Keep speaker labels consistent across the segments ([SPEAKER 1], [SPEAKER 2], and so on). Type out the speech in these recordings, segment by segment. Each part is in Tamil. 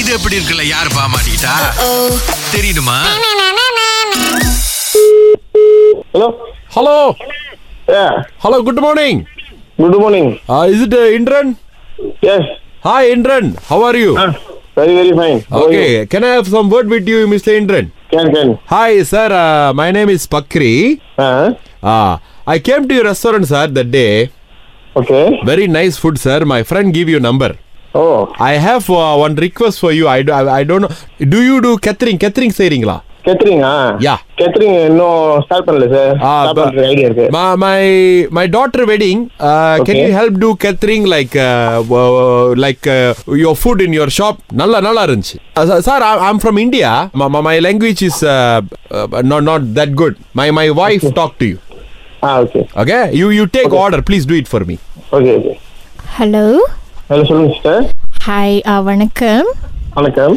[SPEAKER 1] இது எப்படி இருக்குல்ல யாரு பா மாட்டிக்கிட்டா தெரியுமா
[SPEAKER 2] ஹலோ
[SPEAKER 3] ஹலோ
[SPEAKER 2] ஏ
[SPEAKER 3] hello good morning
[SPEAKER 2] good morning
[SPEAKER 3] is it Imran
[SPEAKER 2] yes
[SPEAKER 3] hi Imran how are you
[SPEAKER 2] very very fine
[SPEAKER 3] okay can I have some word with you mister இன்ரன்
[SPEAKER 2] can can
[SPEAKER 3] hi sir my name is Bakri
[SPEAKER 2] Uh,
[SPEAKER 3] I came to you restaurant sir the day
[SPEAKER 2] okay
[SPEAKER 3] very nice food sir my friend give you number
[SPEAKER 2] oh
[SPEAKER 3] I have one request for you I I don't do you do catering catering செய்கிறீங்களா
[SPEAKER 2] கேத்ரிங்கா
[SPEAKER 3] Yeah.
[SPEAKER 2] கேத்ரிங் இன்னும் ஸ்டார்ட் uh, பண்ணல சார்
[SPEAKER 3] Ah,
[SPEAKER 2] ஸ்டார்ட்
[SPEAKER 3] but-
[SPEAKER 2] பண்ற ஐடியா இருக்கு
[SPEAKER 3] my my my daughter wedding uh, can
[SPEAKER 2] Okay.
[SPEAKER 3] you help do catering like uh, uh, like uh, your food in your shop நல்லா நல்லா இருந்துச்சு Uh, sir- sir I, i'm from india my, my- my language is uh, uh, not not that good my my wife talk to you
[SPEAKER 2] ah okay
[SPEAKER 3] okay you you take order please do it for me
[SPEAKER 2] okay okay
[SPEAKER 4] hello
[SPEAKER 2] hello சொல்லுங்க சிஸ்டர்
[SPEAKER 4] ஹாய் ஆ, uh, வணக்கம்
[SPEAKER 2] வணக்கம்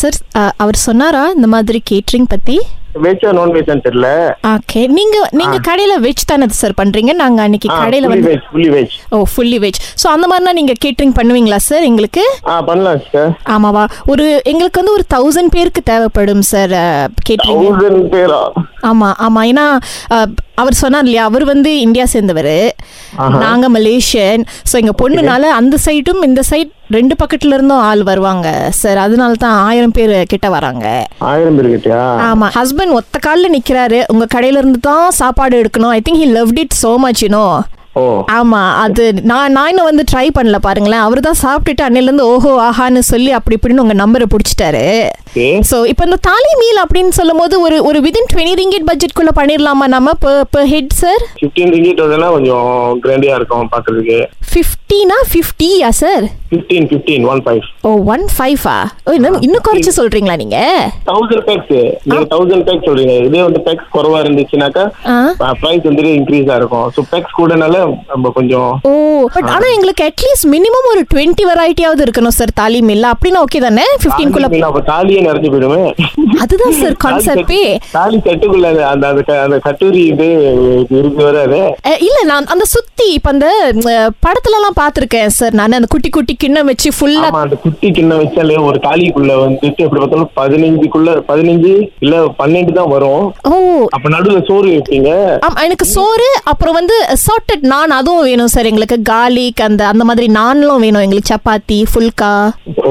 [SPEAKER 4] சார் அவர் சொன்னாரா இந்த மாதிரி கேட்ரிங் பற்றி
[SPEAKER 2] வெஜ்ஜா நான் வெஜ்ஜான்னு தெரியல
[SPEAKER 4] ஓகே நீங்கள் நீங்கள் கடையில் வெஜ் தானே சார் பண்ணுறீங்க நாங்கள் அன்னைக்கு
[SPEAKER 2] ஆ
[SPEAKER 4] கடையில்
[SPEAKER 2] ஃபுல்லி
[SPEAKER 4] வந்து
[SPEAKER 2] வெஜ் ஃபுல்லி வெஜ்
[SPEAKER 4] ஓ ஃபுல்லி வெஜ் ஸோ அந்த மாதிரினா நீங்கள் கேட்ரிங் பண்ணுவீங்களா சார் எங்களுக்கு
[SPEAKER 2] ஆ Ah, பண்ணலாம் சிஸ்டர்
[SPEAKER 4] ஆமாவா ஒரு எங்களுக்கு வந்து ஒரு தௌசண்ட் பேருக்கு தேவைப்படும் uh, சார் கேட்ரிங்
[SPEAKER 2] தௌசண்ட் பேரா
[SPEAKER 4] ஆமாம் ஆமாம் ஏன்னா அஹ், அவர் சொன்னார் இல்லையா அவர் வந்து இந்தியா சேர்ந்தவர் நாங்கள் மலேசியன் ஸோ எங்கள் பொண்ணுனால அந்த சைடும் இந்த சைட் ரெண்டு பக்கத்துல இருந்தும் ஆள் வருவாங்க சார் அதனால தான் ஆயிரம் பேர் கிட்ட வராங்க
[SPEAKER 2] ஆயிரம் பேர் கிட்டயா
[SPEAKER 4] ஆமா ஹஸ்பண்ட் ஒத்த கால்ல நிக்கிறாரு உங்க கடையில இருந்து தான் சாப்பாடு எடுக்கணும் I think he loved it so much you know
[SPEAKER 2] ஓ
[SPEAKER 4] ஆமா அது நான் நான் இன்னும் வந்து ட்ரை பண்ணல பாருங்களேன் அவர் தான் சாப்பிட்டுட்டு அன்னையிலேருந்து ஓஹோ ஆஹான்னு சொல்லி அப்படி இப்படின்னு உங்க நம்பரை பிடிச்சிட்டாரு
[SPEAKER 2] ஓகே
[SPEAKER 4] ஸோ இப்போ இந்த தாலி மீல் அப்படின்னு சொல்லும் போது ஒரு ஒரு விதின் டுவெண்ட்டி ரிங்கிட் பட்ஜெட்குள்ள பண்ணிடலாமா நம்ம per head sir
[SPEAKER 2] fifteen ringgit வந்ததுன்னா கொஞ்சம் கிராண்டியா இருக்கும் பார்க்கறதுக்கு
[SPEAKER 4] ஃபிஃப்டினா ஃபிஃப்டியா sir
[SPEAKER 2] fifteen fifteen one five
[SPEAKER 4] ஓ ஒன் ஃபைவா ஓ இன்னும் இன்னும் குறைச்சி சொல்றீங்களா நீங்க
[SPEAKER 2] தௌசண்ட் பேக்ஸ் நீங்க தௌசண்ட் பேக் சொல்றீங்க இதே வந்து பேக்ஸ் குறவா இருந்துச்சுனாக்கா
[SPEAKER 4] ஆ
[SPEAKER 2] ப்ரைஸ் வந்து இன்க்ரீஸா இருக்கும் ஸோ பேக்ஸ் கூடனால நம்ம கொஞ்சம்
[SPEAKER 4] ஓ பட் ஆனா எங்களுக்கு அட்லீஸ்ட் மினிமம் ஒரு டுவெண்ட்டி வெரைட்டியாவது இருக்கணும் சார் தாலி மில்ல அப்படின்னா ஓகே தானே ஃபிஃப்டீன் குள்ள
[SPEAKER 2] அப்ப தாலியே நிறைஞ்சு போயிடுமே
[SPEAKER 4] அதுதான் சார்
[SPEAKER 2] தாலி
[SPEAKER 4] கான்செப்ட்
[SPEAKER 2] கட்டு- தாலி கட்டுக்குள்ள அந்த- அந்த அந்த க- அந்த கட்டுரி இது இருக்கு வராது
[SPEAKER 4] இல்ல நான் அந்த சுத்தி இப்ப அந்த அஹ், படத்துல எல்லாம் பாத்திருக்கேன் சார் நான் அந்த குட்டி குட்டி கிண்ணம் வச்சு ஃபுல்லா
[SPEAKER 2] ஆமா அந்த குட்டி கிண்ணம் வச்சாலே ஒரு தாலிக்குள்ள வந்துட்டு எப்படி பார்த்தாலும் பதினஞ்சுக்குள்ள பதினஞ்சு இல்ல பன்னெண்டு தான் வரும்
[SPEAKER 4] ஓ
[SPEAKER 2] அப்ப நடுவுல சோறு வைப்பீங்க
[SPEAKER 4] ஆமா எனக்கு சோறு அப்புறம் வந்து சார்ட்டட் நான் அதுவும் வேணும் சார் எங்களுக்கு கார்லிக் அந்த அந்த மாதிரி நான்லாம் வேணும் எங்களுக்கு சப்பாத்தி ஃபுல்கா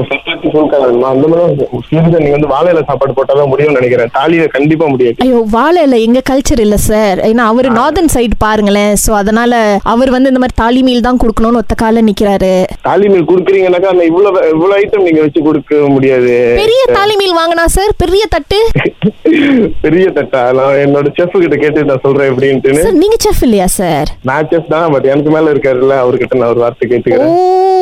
[SPEAKER 2] ஒரு சப்பாத்தி full-ஆ வேணுமா? அந்த மாதிரி சீசன் நீங்க வந்து வாழையில சாப்பாடு போட்டாதான் முடியும்னு நினைக்கிறேன் தாலியில கண்டிப்பா முடியாது
[SPEAKER 4] ஐயோ வாழை இல்லை எங்க கல்ச்சர் இல்ல சார் ஏன்னா அவர் நார்தன் சைடு பாருங்களேன் ஸோ அதனால அவர் வந்து இந்த மாதிரி தாலி மீல் தான் கொடுக்கணும்னு ஒத்த கால நிக்கிறாரு
[SPEAKER 2] தாலி மீல் குடுக்குறீங்கன்னாக்கா அந்த இவ்வளவு இவ்வளவு ஐட்டம் நீங்க வச்சு கொடுக்க முடியாது
[SPEAKER 4] பெரிய தாலி மீல் வாங்கினா சார் பெரிய தட்டு
[SPEAKER 2] பெரிய தட்டா நான் என்னோட செஃப் கிட்ட கேட்டு நான் சொல்றேன் எப்படின்ட்டுன்னு
[SPEAKER 4] சார் நீங்க செஃப் இல்லையா சார்
[SPEAKER 2] நான் செஃப் தான் பட் எனக்கு மேல இருக்காருல்ல அவர்கிட்ட நான் ஒரு வார்த்தை கேட்டுக்கிறேன்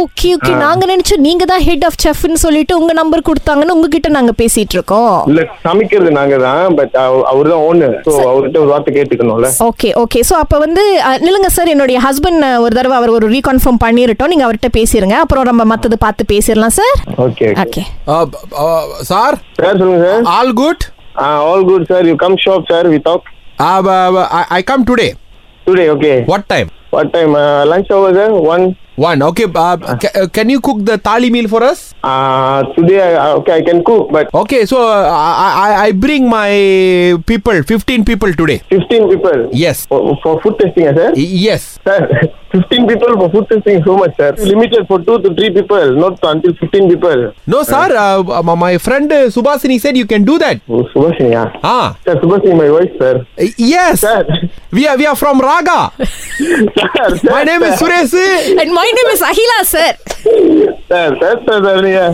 [SPEAKER 4] ஓகே ஓகே நாங்க நினைச்சோம் நீங்க தான் ஹெட் ஆஃப் செஃப்னு சொல்லிட்டு உங்க நம்பர் கொடுத்தாங்கன்னு உங்ககிட்ட நாங்க பேசிட்டு இருக்கோம்
[SPEAKER 2] இல்ல சமைக்கிறது நாங்க தான் பட் அவர் தான் ஓனு ஸோ அவர்கிட்ட ஒரு வார்த்தை கேட்டுக்கணும்ல
[SPEAKER 4] ஓகே ஓகே ஸோ அப்போ வந்து அஹ், நில்லுங்க சார் என்னுடைய ஹஸ்பண்ட் ஒரு தடவை அவர் ஒரு ரீகன்ஃபார்ம் பண்ணிடட்டும் நீங்கள் அவர்கிட்ட பேசிடுங்க அப்புறம் நம்ம மற்றது பார்த்து பேசிடலாம் sir
[SPEAKER 2] okay
[SPEAKER 4] okay
[SPEAKER 3] Uh, sir
[SPEAKER 2] sir சொல்லுங்க sir
[SPEAKER 3] all good
[SPEAKER 2] all good sir you come shop sir we talk
[SPEAKER 3] Uh, I come today
[SPEAKER 2] today okay
[SPEAKER 3] what time
[SPEAKER 2] what time lunch hour sir one
[SPEAKER 3] one okay can you cook the thali meal for us
[SPEAKER 2] today okay I can cook but
[SPEAKER 3] okay so I bring my people fifteen people today
[SPEAKER 2] fifteen people
[SPEAKER 3] Yes.
[SPEAKER 2] For food டெஸ்டிங்கா sir
[SPEAKER 3] yes
[SPEAKER 2] Sir, 15 people for food testing so much, sir. Limited for two to three people, not until 15 people.
[SPEAKER 3] No sir my friend Subhasini uh, said you can do that
[SPEAKER 2] Oh, Subhasini, yeah.
[SPEAKER 3] Ah
[SPEAKER 2] Sir, Subhasini, my wife, sir.
[SPEAKER 3] Yes
[SPEAKER 2] Sir,
[SPEAKER 3] we are we are from raga
[SPEAKER 2] sir, sir.
[SPEAKER 3] my name is Suresh
[SPEAKER 4] and my name is Akila sir
[SPEAKER 2] Sir, sir, sir, sir, yeah.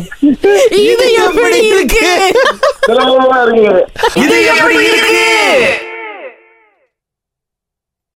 [SPEAKER 4] இது எப்படி இருக்கு
[SPEAKER 2] சிரமமா இருக்குங்க.
[SPEAKER 3] இது எப்படி இருக்கு